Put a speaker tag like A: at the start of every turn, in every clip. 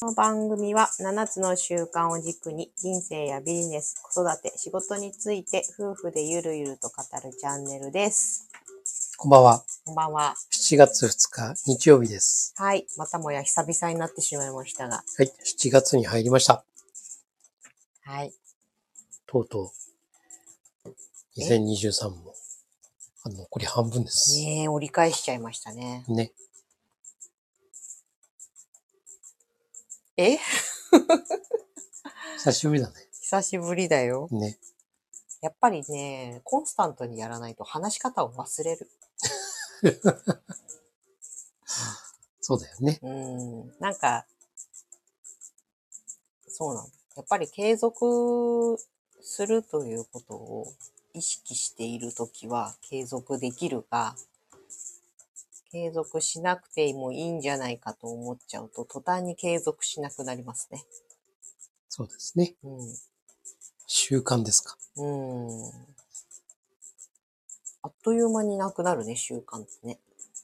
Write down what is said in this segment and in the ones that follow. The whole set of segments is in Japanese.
A: この番組は7つの習慣を軸に人生やビジネス、子育て、仕事について夫婦でゆるゆると語るチャンネルです。
B: こんばんは。
A: こんばんは。
B: 7月2日日曜日です。
A: はい。またもや久々になってしまいましたが。
B: はい。7月に入りました。
A: はい。
B: とうとう。
A: え
B: 2023も。あの、残り半分です。
A: ねえ、折り返しちゃいましたね。
B: ね。
A: え
B: 久しぶりだね。
A: 久しぶりだよ。
B: ね。
A: やっぱりね、コンスタントにやらないと話し方を忘れる。
B: そうだよね。
A: うん。なんか、そうなの。やっぱり継続するということを意識しているときは継続できるが、継続しなくてもいいんじゃないかと思っちゃうと、途端に継続しなくなりますね。
B: そうですね。
A: うん。
B: 習慣ですか。
A: うーん。あっという間になくなるね、習慣ってね。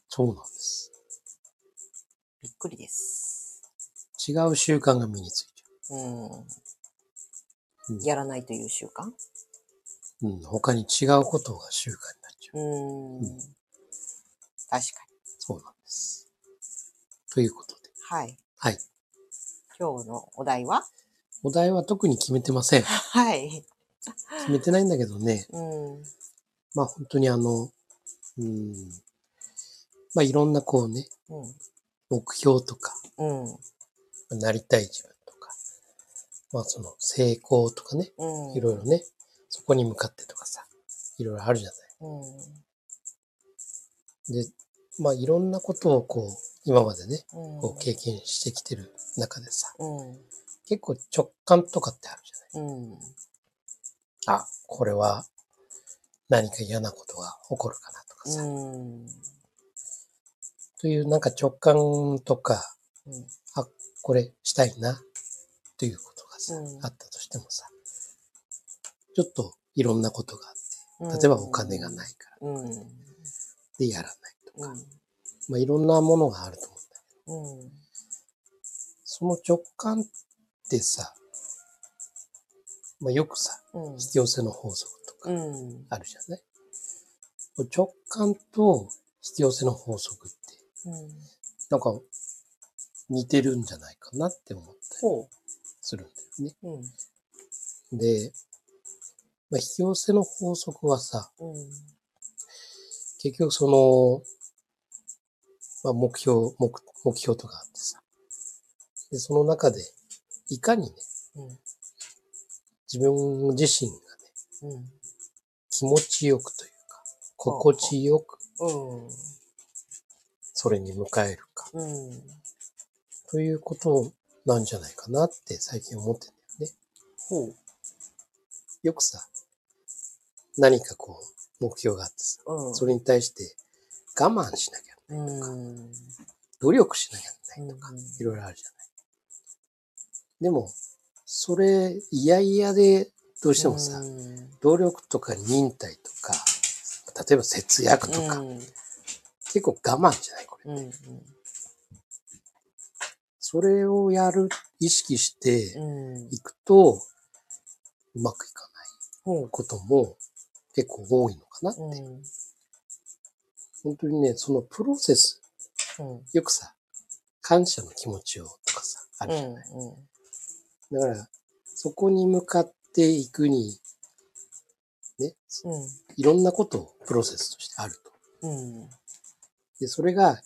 B: そうなんです。
A: びっくりです。
B: 違う習慣が身について
A: うん
B: うん。
A: やらないという習慣
B: る。うん。他に違うことが習慣になっちゃう。
A: うーん。
B: うん
A: 確かに。
B: そうなんです。ということで。
A: はい。
B: はい。
A: 今日のお題は
B: お題は特に決めてません。
A: はい。
B: 決めてないんだけどね。
A: うん。
B: まあ本当にあの、うん。まあいろんなこうね、
A: うん。
B: 目標とか、
A: うん。
B: なりたい自分とか、まあその成功とかね、
A: うん。
B: いろいろね、そこに向かってとかさ、いろいろあるじゃ
A: う
B: ない。で、まあいろんなことをこう、今までね、
A: ん。
B: こう経験してきてる中でさ、
A: うん。
B: 結構直感とかってあるじゃ
A: う
B: な
A: ん。
B: い。あ、これは何か嫌なことが起こるかなとか
A: う
B: さ、
A: ん。
B: というなんか直感とか、
A: うん。
B: あ、これしたいな、ということがさ、
A: うん
B: あったとしてもさ、ちょっといろんなことがあ
A: うん
B: って、例えばお金がないから、
A: うん。
B: でやらないと
A: う
B: か、
A: ん。
B: まあいろんなものがあると思うんだけど、
A: うん。
B: その直感ってさ、まあよくさ、
A: うん。
B: 必要性の法則と
A: う
B: か
A: ん。
B: あるじゃない、直感と必要性の法則って、
A: うん。
B: なんか似てるんじゃないかなって思ったり
A: ほ
B: するんだよね。
A: う。うん。
B: で、まあ、必要性の法則はさ、
A: うん。
B: 結局その、まあ、目標目、目標とかあってさ、でその中で、いかにね、
A: うん。
B: 自分自身がね、
A: うん。
B: 気持ちよくというか、心地よく
A: うん。
B: それに迎えるか、
A: うん。
B: ということなんじゃないかなって最近思ってんだよね。
A: ほう。
B: よくさ、何かこう、目標があってさ、
A: うん。
B: それに対して我慢しなきゃ、
A: うん。
B: 努力しなきゃいけない。
A: うん
B: いろいろあるじゃない。でも、それ、いやいやで、どうしてもさ、
A: うん
B: 努力とか忍耐とか、例えば節約とか、
A: うん。
B: 結構我慢じゃないこれ。
A: うん。
B: それをやる、意識して
A: うん。
B: いくと、うまくいかない
A: ほう。
B: ことも結構多いのかな。
A: うん。
B: 本当にね、そのプロセス、
A: うん。
B: よくさ、感謝の気持ちをとかさ、あるじゃない。だから、そこに向かっていくに、ね、
A: うん。
B: いろんなことをプロセスとしてあると。
A: うん。
B: で、それが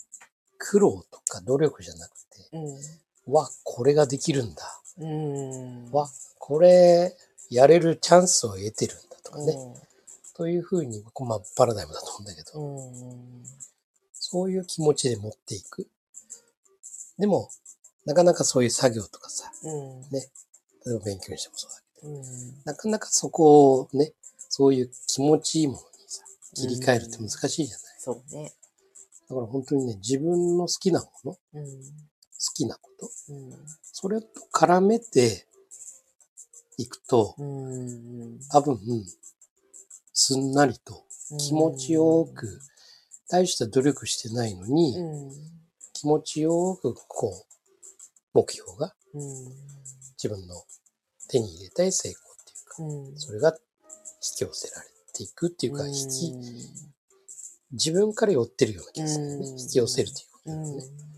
B: 苦労とか努力じゃなくて、
A: うん。
B: わ、これができるんだ。
A: うん。
B: わ、これ、やれるチャンスを得てるんだとかね。
A: ね。
B: というふうに、こうまあ、パラダイムだと思うんだけど、
A: うん。
B: そういう気持ちで持っていく。でも、なかなかそういう作業とかさ、
A: うん。
B: 例えば勉強にしてもそうだけ
A: うん。
B: ど、なかなかそこをね、そういう気持ちいいものにさ、切り替えるって難しいじゃない。
A: そうね。
B: だから本当にね、自分の好きなもの、好
A: うん。
B: きなこと、
A: うん。
B: それと絡めていくと、
A: うん。
B: 多分、すんなりと気持ちよく、大した努力してないのに、
A: うん。
B: 気持ちよく、こう、目標が自分の手に入れたい成功っていうか、
A: うん。
B: それが引き寄せられていくっていうか、
A: うん
B: 引き、自分から寄ってるような気がするよね。
A: うん
B: 引き寄せるということ
A: う
B: です
A: ん
B: ね。。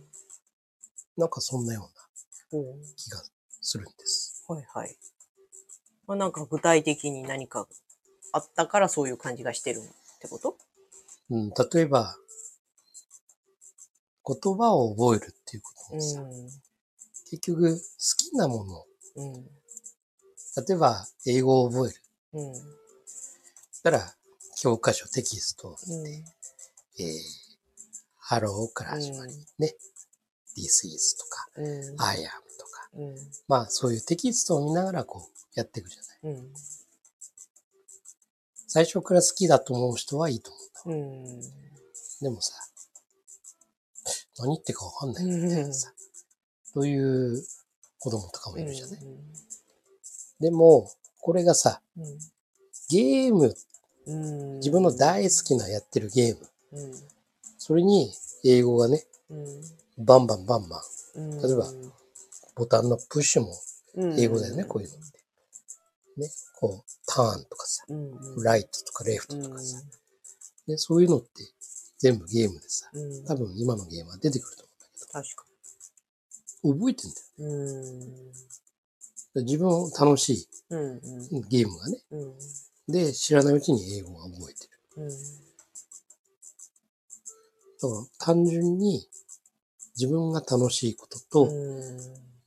B: なんかそんなような
A: おう
B: 気がするんです。
A: はいはい。まあ、なんか具体的に何かあったからそういう感じがしてるってこと
B: うん、例えば、言葉を覚えるっていうこともさ、
A: う
B: 結局好きなもの、
A: ん。うん。
B: 例えば英語を覚える。
A: うん。
B: だから、教科書、テキスト、
A: うん。
B: えー、ハローから始まり、ね、This is とか、
A: うん。
B: I am とか、
A: うん。
B: まあそういうテキストを見ながらこうやっていくじゃない。
A: うん。
B: 最初から好きだと思う人はいいと思うんだ。
A: うん。
B: でもさ、何言ってかわかんない。
A: うん。
B: さという子供とかもいるじゃない。
A: う
B: でも、これがさ、
A: ん。
B: ゲーム、
A: うん。
B: 自分の大好きなやってるゲーム、
A: うん。
B: それに英語がね、
A: うん。
B: バンバンバンバン、
A: うん。
B: 例えばボタンのプッシュも
A: うん、
B: 英語だよね、こういうのって。ね、こう、ターンとかさ、
A: うん。うん。
B: ライトとかレフトとかさ、ね、そういうのって全部ゲームでさ、
A: うん。
B: 多分今のゲームは出てくると思
A: 確か
B: うんだけど、覚えてんだよ。
A: に。うん。
B: で自分を楽しい
A: うん。
B: ゲームがね、
A: うん。うん。
B: で、知らないうちに英語が覚えてる。
A: うん。
B: だから単純に自分が楽しいことと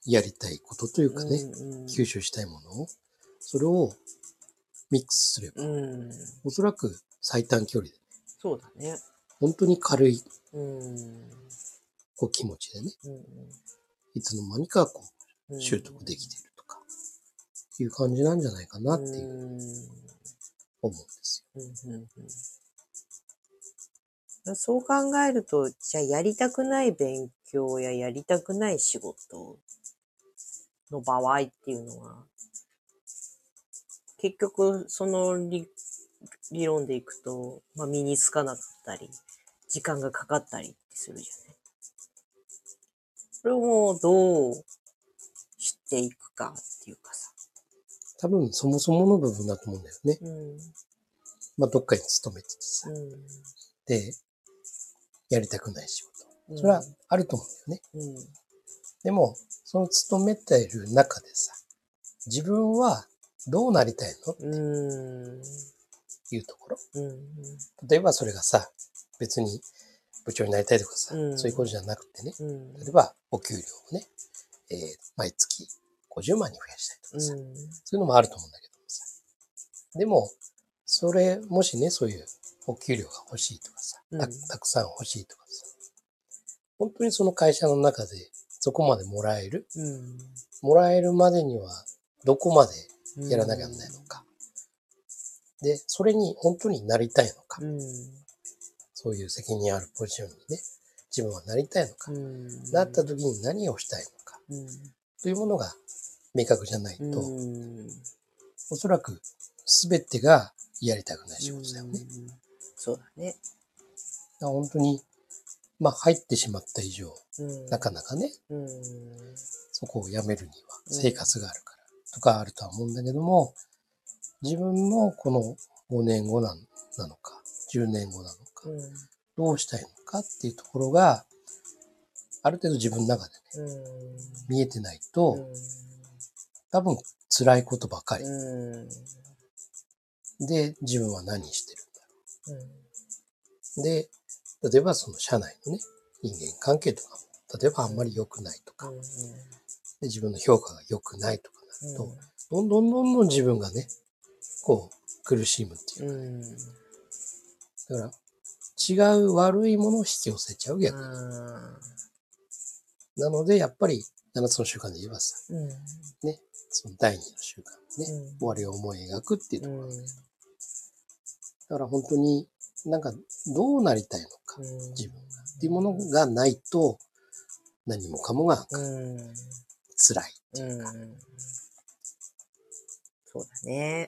B: やりたいことというかね、
A: うん。
B: 吸収したいものを、それをミックスすれば、
A: うん。
B: おそらく最短距離で、
A: そうだね。
B: 本当に軽い
A: うん。
B: こう気持ちでね、
A: うん。
B: いつの間にかこ
A: う
B: うん習得できているとか、いう感じなんじゃないかなっていう
A: う
B: 思
A: ん
B: うんです
A: うんうんうんそう考えると、じゃあやりたくない勉強ややりたくない仕事の場合っていうのは、結局その理理論でいくと、まあ、身につかなかったり、時間がかかったりするじゃない。それをもうどうしていくかっていうかさ。
B: よ。多分そもそもの部分だと思うんだよね。
A: うん。
B: まあ、どっかに勤めててさ、で、やりたくない仕事。
A: うん。
B: それはあると思うんだよね。
A: うん、
B: でも、その勤めている中でさ、自分はどうなりたいのっ
A: うん。
B: ていうところ。
A: うん。
B: 例えばそれがさ、別に部長になりたいとかさ、
A: うん
B: そういうことじゃなくてね、
A: うん。
B: 例えばお給料をね、えー毎月50万に増やしたいとかさ、そ
A: うん。
B: ういうのもあると思うんだけどもさ。でも、それ、もしね、そういうお給料が欲しいとかさ、た
A: うん
B: たくさん欲しいとかさ、本当にその会社の中でそこまでもらえるもらえるまでにはどこまで
A: うん。
B: やらなきゃならないのか。で、それに本当になりたいのか
A: う。ん。
B: そういう責任あるポジションにね、自分はなりたいのか。
A: うん。
B: なった時に何をしたいのか。
A: うん。
B: というものが明確じゃないと、
A: うん。
B: おそらく全てがやりたくない仕事だよね。だか
A: うん。そうだね。
B: ら本当に、まあ入ってしまった以上、
A: うん。
B: なかなかね、
A: うん。
B: そこを辞めるには
A: うん
B: 生活があるからとかあるとは思うんだけども、自分のこの5年後なんなのか、10年後なのか、
A: うん。
B: どうしたいのかっていうところが、ある程度自分の中でね、
A: うん。
B: 見えてないと、多分辛いことばかり。
A: うん。うん。
B: で、自分は何してるんだろう。で、例えばその社内のね、人間関係とかも、例えばあんまり良くないとか、で自分の評価が良くないとかなると、どんどんどんどん自分がね、こう、苦しむっていうう。
A: ん。うん。
B: だから、違う悪いものを引き寄せちゃう逆。
A: あ
B: なので、やっぱり、7つの習慣で言えばさ、
A: ーうん。
B: その第2の習慣ね、
A: うん
B: 終わりを思い描くっていうとこ
A: う
B: ろ。
A: ん。
B: だから本当になんかどうなりたいのか、
A: うん
B: 自分が。っていうものがないと、何もかもが
A: うん。うん。
B: 辛い。
A: そうだね。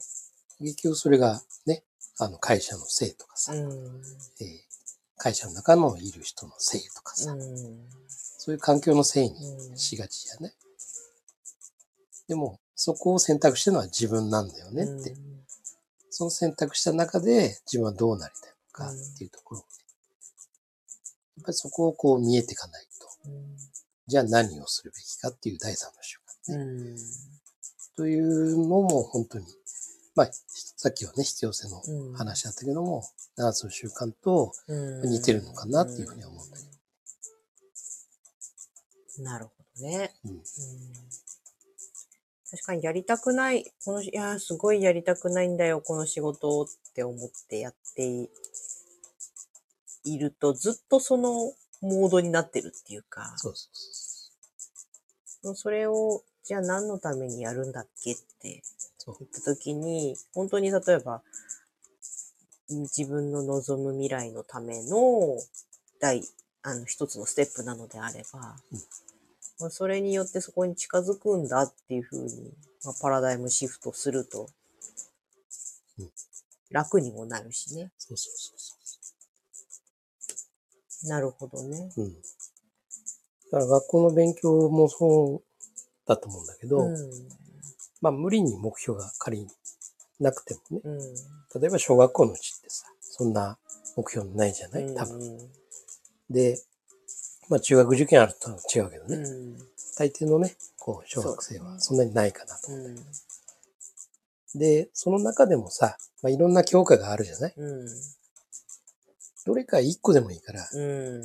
B: 結局それがね、あの会社のせいとかさ、
A: う
B: えー
A: ん。
B: 会社の中のいる人のせいとかさ、
A: うん。
B: そういう環境のせいに
A: うん
B: しがちじゃないでも、そこを選択してるのは自分なんだよねって。その選択した中で自分はどうなりたいのかっていうところをね、やっぱりそこをこう見えていかないと、じゃあ何をするべきかっていう第三の習慣ね。というのも本当に、まあ、さっきはね、必要性の話だったけども、7つの習慣と似てるのかなっていうふうには思うんだけど。
A: なるほどね。
B: うん
A: 確かにやりたくない、この、いやー、すごいやりたくないんだよ、この仕事をって思ってやっていいると、ずっとそのモードになってるっていうか、
B: そうそうそ
A: もうそれを、じゃあ何のためにやるんだっけって
B: そう
A: 言った時に、本当に例えば、自分の望む未来のための第あの一つのステップなのであれば、
B: うん
A: まあそれによってそこに近づくんだっていうふうに、まあ、パラダイムシフトすると
B: うん、
A: 楽にもなるしね。
B: うそう。そうそうそう
A: なるほどね。
B: うん。だから学校の勉強もそうだと思うんだけど、
A: ん。
B: まあ無理に目標が仮になくてもね、
A: うん。
B: 例えば小学校のうちってさ、そんな目標ないじゃない多分。
A: 分。
B: で、まあ中学受験あるとは違うけど
A: う
B: ね、
A: ん。
B: 大抵のね、こう小学生はそんなにないかなと。
A: うん。
B: で、その中でもさ、まあいろんな教科があるじゃない
A: うん。
B: どれか一個でもいいから、
A: うん。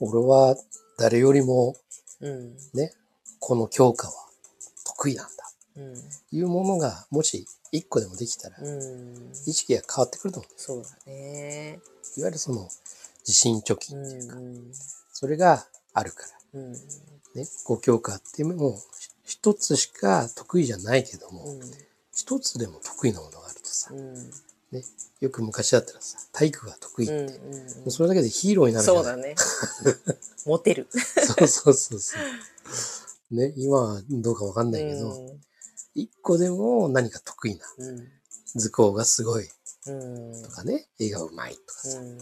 B: 俺は誰よりも
A: うん。
B: ね、この教科は得意なんだ。
A: うん。
B: いうものが、もし一個でもできたら、
A: うん。
B: 意識が変わってくると思うんで
A: そうだね。
B: す。いわゆるその、自信貯
A: う
B: 金っていうか、
A: ん。
B: それがあるか
A: うん。
B: ら、ね、5教科あっても、一つしか得意じゃないけど
A: う
B: も、
A: ん。
B: 一つでも得意なものがあるとさ
A: う、ん。
B: ね、よく昔だったらさ、体育が得意。も
A: う
B: うそれだけでヒーローになるじゃ
A: そ
B: な
A: う
B: い
A: だね。モテる。
B: そうそうそうそう。ね、今はどうかわかんないけど、一個でも何か得意な、
A: うん。
B: 図工がすごい
A: うん。
B: とかね、絵がうまいとかさ、
A: うん。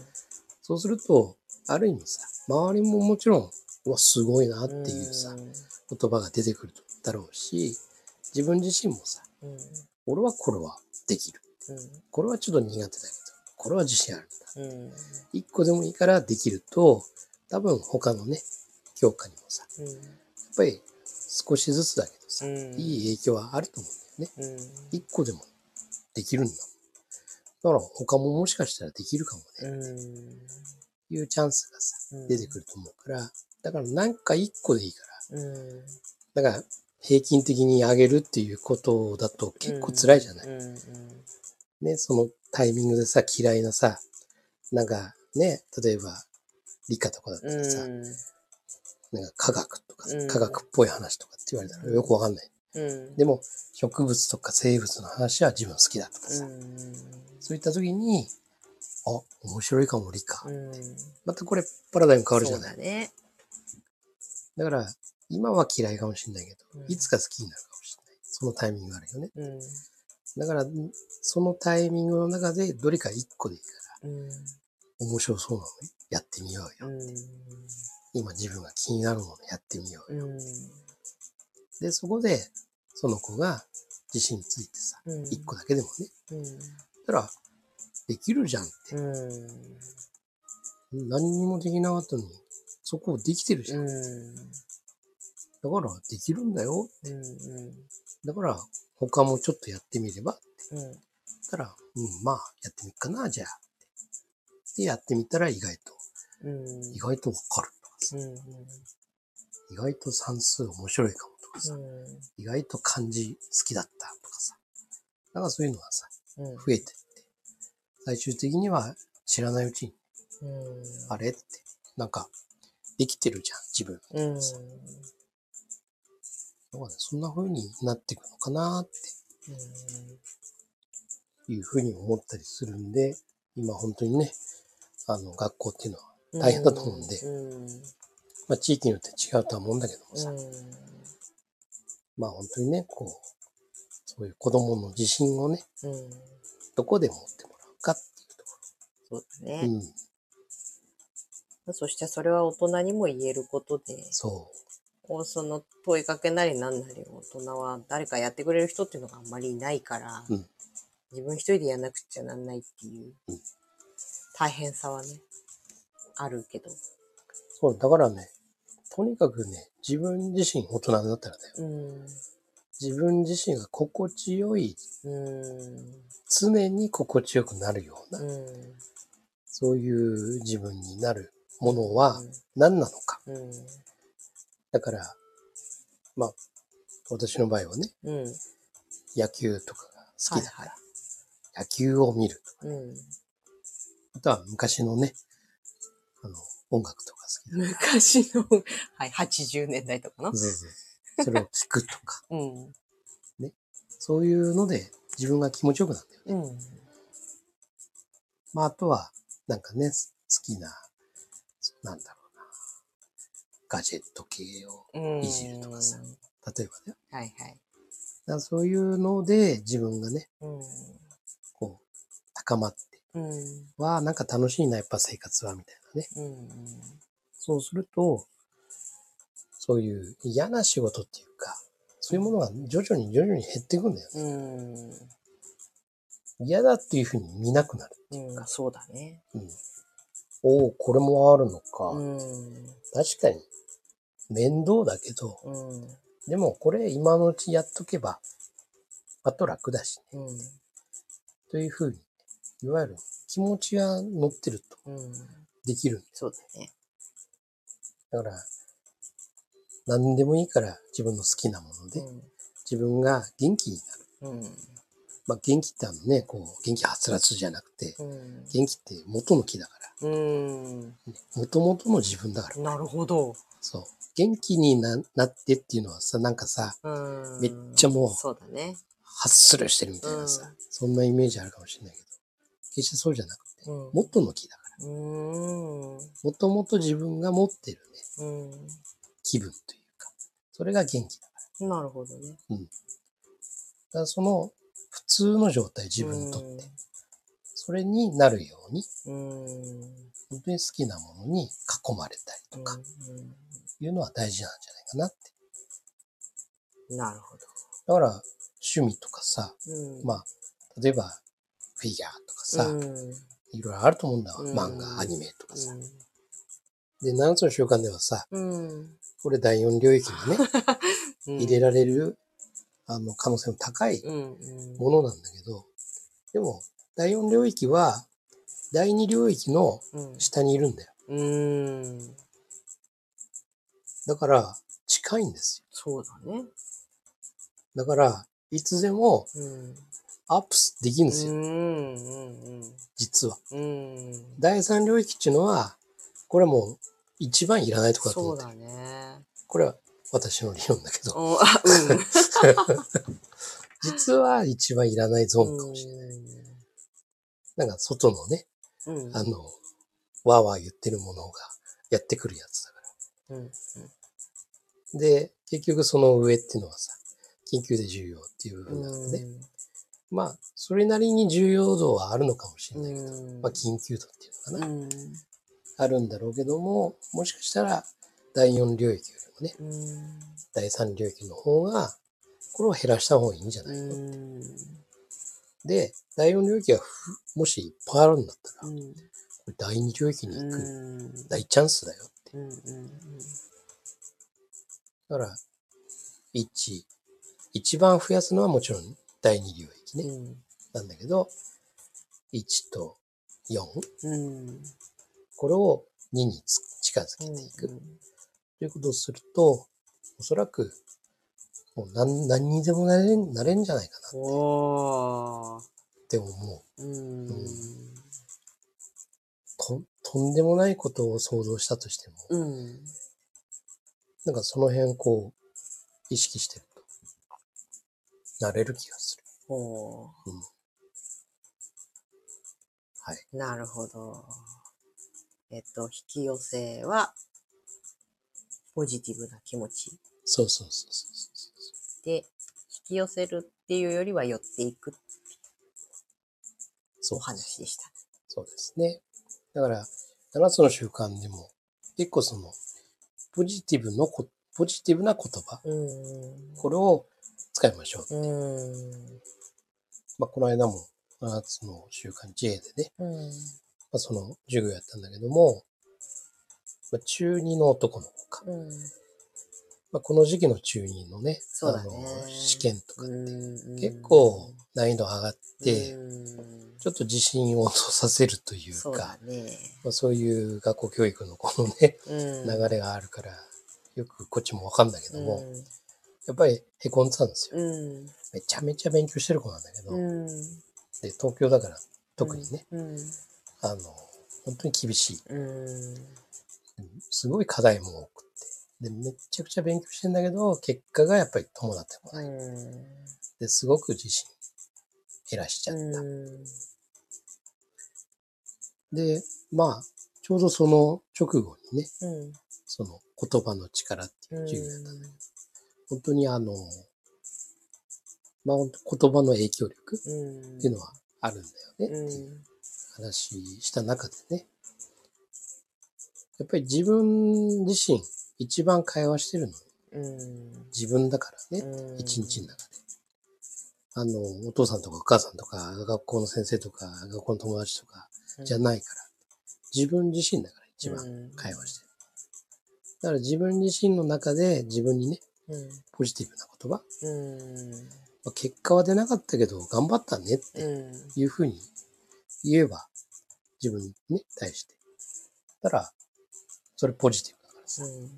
B: そうすると、ある意味さ、周りももちろん、うわ、すごいなっていうさ、言葉が出てくるだろうし、自分自身もさ、
A: うん。うん。
B: 俺はこれはできる。これはちょっと苦手だけど、これは自信あるんだ。
A: うん。
B: 一個でもいいからできると、多分他のね、教科にもさ、や
A: うん。
B: っぱり少しずつだけどさ、
A: うん
B: いい影響はあると思うんだよね。
A: うん。
B: 一個でもできるんだもん。だから他ももしかしたらできるかもね。
A: うん。
B: いうチャンスがさ
A: うん、
B: 出てくると思うから、だからなんか一個でいいか
A: うん。
B: ら、だから平均的に上げるっていうことだと結構辛いじゃない、
A: うん。うん。
B: ね、そのタイミングでさ、嫌いなさ、なんかね、例えば理科とかだった
A: う
B: らさ、
A: ん。
B: なんか科学とかさ
A: うん
B: 科学っぽい話とかって言われたら
A: うん
B: よくわかんない。
A: うん。
B: でも植物とか生物の話は自分好きだとか
A: う
B: さ、
A: ん。
B: そういった時に、あ、面白いかも理科。
A: うん。
B: またこれパラダイム変わるじ
A: そ
B: ゃ
A: う
B: ない
A: だね。
B: だから、今は嫌いかもしれないけど
A: うん、
B: いつか好きになるかもしれない。そのタイミングがあるよね。
A: うん。
B: だから、そのタイミングの中で、どれか一個でいいか
A: うん。
B: ら、面白そうなのねやってみようよ。今自分が気になるものやってみようよ。
A: うん。
B: で、そこで、その子が自信ついてさ、
A: うん。
B: 一個だけでもね。
A: うん。
B: だから、できるじゃんって。
A: うん。
B: 何にもできなかったのに、そこをできてるじゃん。だ
A: うん。
B: から、できるんだよ。
A: うんうん
B: だから、他もちょっとやってみれば
A: うん
B: ったら、うん、まあ、やってみっかな、じゃあ。で、やってみたら意外と、
A: うん
B: 意外とわかるとかさ、
A: うん
B: 意外と算数面白いかもとかさ、
A: うん
B: 意外と漢字好きだったとかさ。なんかそういうのがさ、
A: うん
B: 増えてって、最終的には知らないうちに、
A: うん
B: あれって、なんか、できてるじゃん、自分。
A: うん
B: だからねそんな風になっていくのかなっていう風に思ったりするんで、今本当にね、あの、学校っていうのは、
A: うん
B: 大変だと思うんで
A: うん
B: まあ地域によって違うとは思うんだけどもさ、
A: うん
B: まあ本当にね、こう、そういう子供の自信をね、
A: うん
B: どこで持ってもらうかっていうとこ
A: そうだ
B: ろ。
A: ね
B: うん、
A: そしてそれは大人にも言えることで
B: そ
A: をその問いかけなりなんなり大人は誰かやってくれる人っていうのがあんまりいないから、
B: うん
A: 自分一人でやんなくちゃなんないっていう
B: うん
A: 大変さはねあるけど、
B: そう、だからね、とにかくね、自分自身大人になったらだよ。
A: うん
B: 自分自身が心地よい、
A: うん
B: 常に心地よくなるような、
A: うん
B: そういう自分になるものは何なのか。
A: うん
B: だから、まあ、私の場合はね、
A: うん
B: 野球とかが好きだから、
A: は
B: 野球を見るとか、
A: いはいうん、
B: あとは昔のね、あの、音楽とか好きだか
A: 昔の、はい、80年代とかな
B: ら、。それを聞くとか、
A: うん
B: そういうので自分が気持ちよくなるんだよね。
A: うん
B: まあ、あとは、なんかね、す好きな、なんだろうな、ガジェット系を、
A: うん
B: いじるとかさ例えばね、だか
A: はいはい。
B: らそういうので自分がね、
A: うん
B: こう、高まって、
A: うん
B: わあ、なんか楽しいな、やっぱ生活は、みたいなね。
A: うん
B: そうすると、そういう嫌な仕事っていうか、そういうものが徐々に徐々に減っていくんだよね。
A: うん
B: 嫌だっていうふうに見なくなる。
A: うん、そうだね。
B: うん、おお、これもあるのか。
A: うん
B: 確かに、面倒だけど、
A: うん
B: でもこれ今のうちやっとけば、あと楽だし、
A: うん
B: というふうに、いわゆる気持ちが乗ってると
A: うん、
B: できるんで
A: そうだね。
B: だから、何でもいいから自分の好きなもので、自分が元気になる。
A: うん
B: まあ元気ってあのね、こう、元気はつらつじゃなくて、
A: うん
B: 元気って元の木だから、
A: うん、
B: 元々の自分だから。
A: なるほど。
B: そう。元気にななってっていうのはさ、なんかさ、
A: うん、
B: めっちゃもう
A: そうだね。
B: ハッスルしてるみたいなさ、
A: うん
B: そんなイメージあるかもしれないけど、決してそうじゃなくて、
A: うん
B: 元の木だから。
A: うんうん
B: もともと自分が持ってるね、気分というか、それが元気だから。
A: なるほどね。
B: だからその普通の状態、自分にとって、
A: うん
B: それになるように、
A: うん
B: 本当に好きなものに囲まれたりとか、いうのは大事なんじゃないかなって。
A: うん、なるほど。
B: だから、趣味とかさ、
A: うん、
B: まあ、例えば、フィギュアとかさ、
A: うん、
B: いろいろあると思うんだわ。
A: うん
B: 漫画、アニメとかさ。で、7つの習慣ではさ、
A: うん、
B: これ第4領域にね、入れ
A: る。
B: られる、あの、可能性の高い
A: うんうん、
B: ものなんだけど、でも、第4領域は、第2領域の
A: うん
B: 下にいるんだよ。
A: うん、
B: だから、近いんです
A: そうだね。
B: よ。だから、いつでも
A: うん。
B: アップスできるんです
A: う
B: よ、
A: んうん
B: 実は。
A: うん。うん。
B: 第3領域っていうのは、これはもう一番いらないとこだと
A: そ
B: 思
A: う
B: ってる。
A: だね。
B: これは私の理論だけど、
A: うん、あ、うん。
B: 実は一番いらないゾーンかもしれない。なんか、外のね、
A: うん。うん。
B: あの、わーわー言ってるものがやってくるやつだか
A: うん。
B: ら。で、結局その上っていうのはさ、緊急で重要っていう部
A: う
B: 分なので、
A: ん。
B: まあ、それなりに重要度はあるのかもしれないけど、
A: うん。
B: まあ、緊急度っていうのかな、
A: うん。
B: あるんだろうけども、もしかしたら、第4領域よりもね、
A: うん。
B: 第3領域の方が、これを減らした方がいいんじゃないの、
A: うん。
B: で、第4領域がふ、もしいっぱいあるんだったら、こ
A: うん。
B: れ第2領域に行く、
A: うん。
B: 大チャンスだよって。
A: うん。
B: だから、1、一番増やすのはもちろん第2領域ね。
A: うん。
B: なんだけど、1と4、
A: うん。
B: これを2につ近づけていく。ということをすると、おそらく、もう何何にでもなれんなれんじゃないかな
A: おー。
B: って思う。
A: うん。
B: ととんでもないことを想像したとしても、
A: うん。
B: なんかその辺こう、意識してると、なれる気がする。
A: おー。
B: はい。
A: なるほど。えっと、引き寄せは、ポジティブな気持ち。
B: そうそうそうそうそうそう。
A: で、引き寄せるっていうよりは寄っていく
B: そう
A: お話でした。
B: そうですね。だから、7つの習慣でも、結構その、ポジティブのこポジティブな言葉、
A: うん
B: これを使いましょう。
A: うん
B: まあ、この間も、7つの習慣 J でね、
A: うん
B: まあ、その授業やったんだけども、まあ、中二の男の子か。
A: うん
B: まあ、この時期の中二のね、
A: そうだね
B: あの試験とか、
A: うん
B: 結構難易度上がって、
A: うん
B: ちょっと自信を落とさせるというか、
A: そうだね
B: まあ、そういう学校教育のこのね、
A: うん
B: 流れがあるから、よくこっちもわかんだけども、
A: うん
B: やっぱりへこんでたんですよ。
A: うん
B: めちゃめちゃ勉強してる子なんだけど、で、
A: うん
B: 東京だから特にね、
A: うん
B: あの、本当に厳しい。
A: うん
B: すごい課題も多くて。で、めちゃくちゃ勉強してんだけど、結果がやっぱり伴ってこ
A: う
B: ない。
A: ん
B: で、すごく自信減らしちゃった。
A: うん
B: で、まあ、ちょうどその直後にね、
A: うん
B: その言葉の力っていう授業だった、
A: うん
B: 本当にあの、まあ、本当言葉の影響力っ
A: うん
B: ていうのはあるんだよね
A: う
B: っていうん話した中でね、やっぱり自分自身一番会話してるの
A: うん
B: 自分だからね、
A: うん
B: 一日の中で。あの、お父さんとかお母さんとか、学校の先生とか、学校の友達とかじゃないから、自分自身だから一番
A: うん
B: 会話してる。だから自分自身の中で自分にね、
A: うん
B: ポジティブな言葉、
A: うん
B: まあ結果は出なかったけど頑張ったねって
A: うん
B: いうふうに言えば、自分にね、対して。だから、それポジティブだからさ、
A: うん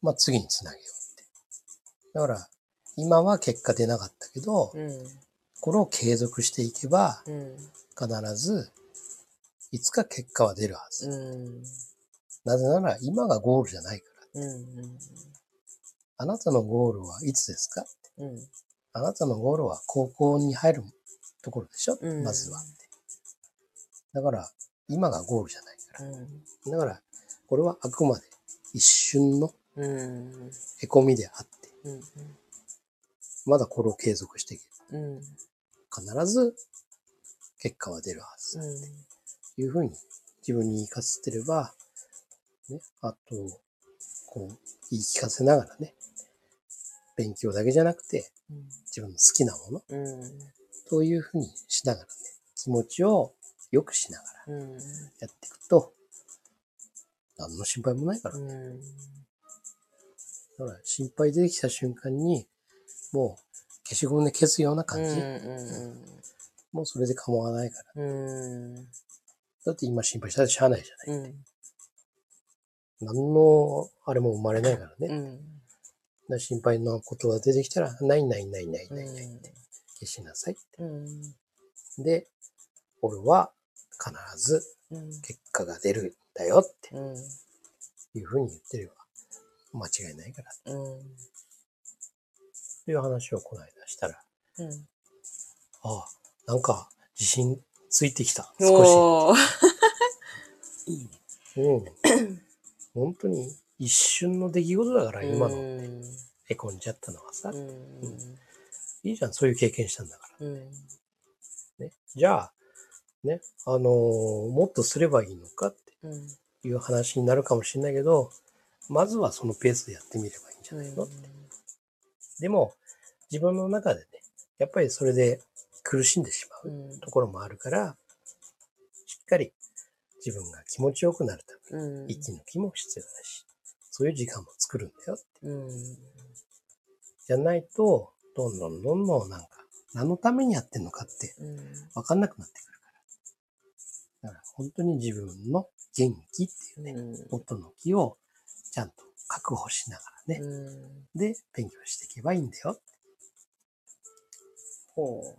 B: まあ次につなげようって。だから、今は結果出なかったけど、
A: うん
B: これを継続していけば、
A: うん
B: 必ず、いつか結果は出るはず。
A: うん
B: なぜなら、今がゴールじゃないから。
A: うん
B: あなたのゴールはいつですか
A: うん
B: あなたのゴールは高校に入るところでしょ、
A: うん
B: まずは。だから、今がゴールじゃないから。だから、これはあくまで一瞬の
A: うんうん
B: へこみであって、
A: うん
B: まだこれを継続していけば、
A: うんうん
B: 必ず結果は出るはず。というふうに自分に言い聞かせてれば、ね、あと、こう、言い聞かせながらね、勉強だけじゃなくて、自分の好きなもの、
A: うんうん
B: というふうにしながらね、気持ちを良くしながら
A: うん
B: やっていくと、何の心配もないから。
A: うん
B: だから心配出てきた瞬間に、もう消しゴムで消すような感じ。もうそれで構わないから。
A: うんうん
B: だって今心配したらしゃあないじゃない。
A: うん
B: 何のあれも生まれないからね。
A: うん
B: な心配のことが出てきたら、ないないないないないない、消しなさい。
A: うん
B: で、俺は必ず
A: うん
B: 結果が出るんだよって
A: うん
B: いうふうに言ってれば、間違いないから
A: うん
B: という話をこの間したら、
A: うん
B: ああ、なんか自信ついてきた。少
A: おー
B: し。うん。本当に一瞬の出来事だから、今
A: う
B: の
A: ん
B: へこんじゃったのはさ、
A: うん
B: いいじゃん、そういう経験したんだから。
A: うん
B: ね、じゃあ、ね、あのーもっとすればいいのかって。
A: うん
B: いう話になるかもしれないけど、まずはそのペースでやってみればいいんじゃないの、でも、自分の中でね、やっぱりそれで苦しんでしまう
A: うん
B: ところもあるから、しっかり自分が気持ちよくなるため
A: うん
B: に息抜きも必要だし、そういう時間も作るんだよ。
A: うん
B: じゃないと、どんどんどんどんなんか、何のためにやってんのかって
A: うん
B: 分かんなくなってくるから。だから本当に自分の元気っていうね、
A: うん
B: 元の気をちゃんと確保しながらね、
A: うん
B: で、勉強していけばいいんだよ。
A: ほ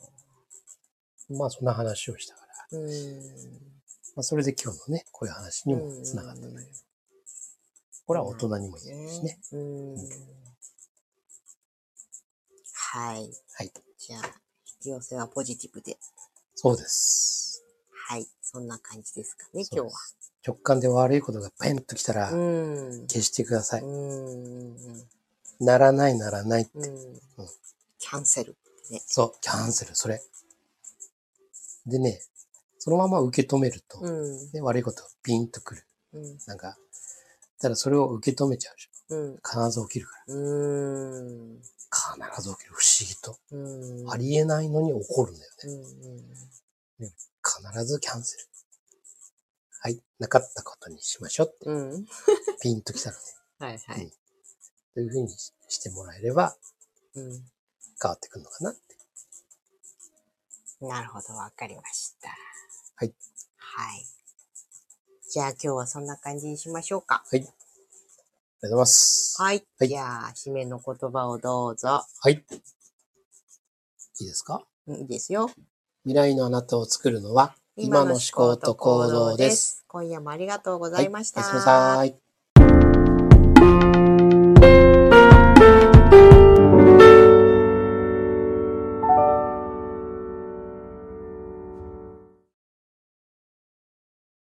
B: まあ、そんな話をしたから、
A: ううん
B: まあ、それで今日のね、こういう話にもつながったんだけど、これは大人にも言えるしね。
A: うんはい
B: はい。
A: じゃあ引き寄せはポジティブで
B: そうです。
A: はいそんな感じですかね
B: そう
A: 今
B: で
A: 日
B: す直感で悪いことがペンときたら
A: は、うん
B: 消してください。
A: うんうん
B: ならない、ならない。
A: うんキャンセル
B: そう、キャンセル、それ。でね、そのまま受け止めると、
A: うん
B: ね、悪いことがピンとくる。
A: うん
B: なんか、ただそれを受け止めちゃうでしょ。
A: うん。
B: 必ず起きるから。
A: うん。
B: 必ず起きる。不思議と。
A: うん。
B: ありえないのに起こるんだよね。
A: うんうん。
B: 必ずキャンセル。はい。なかったことにしましょうって。
A: うん。
B: ピンときたらね。
A: はいは
B: うん
A: い。
B: というふうにししてもらえれば
A: うん。
B: 変わってくるのかなって。
A: なるほど、わかりました。
B: はい。
A: はい。じゃあ今日はそんな感じにしましょうか。
B: ありがとうございます。
A: はい。
B: はい
A: じゃあ、締めの言葉をどうぞ。
B: はい。いいですか
A: うんいいですよ。
B: 未来のあなたを作るのは今の思考と行動です。。
A: 今夜もありがとう
B: ご
A: ございました。
B: はい、おやすみなさい。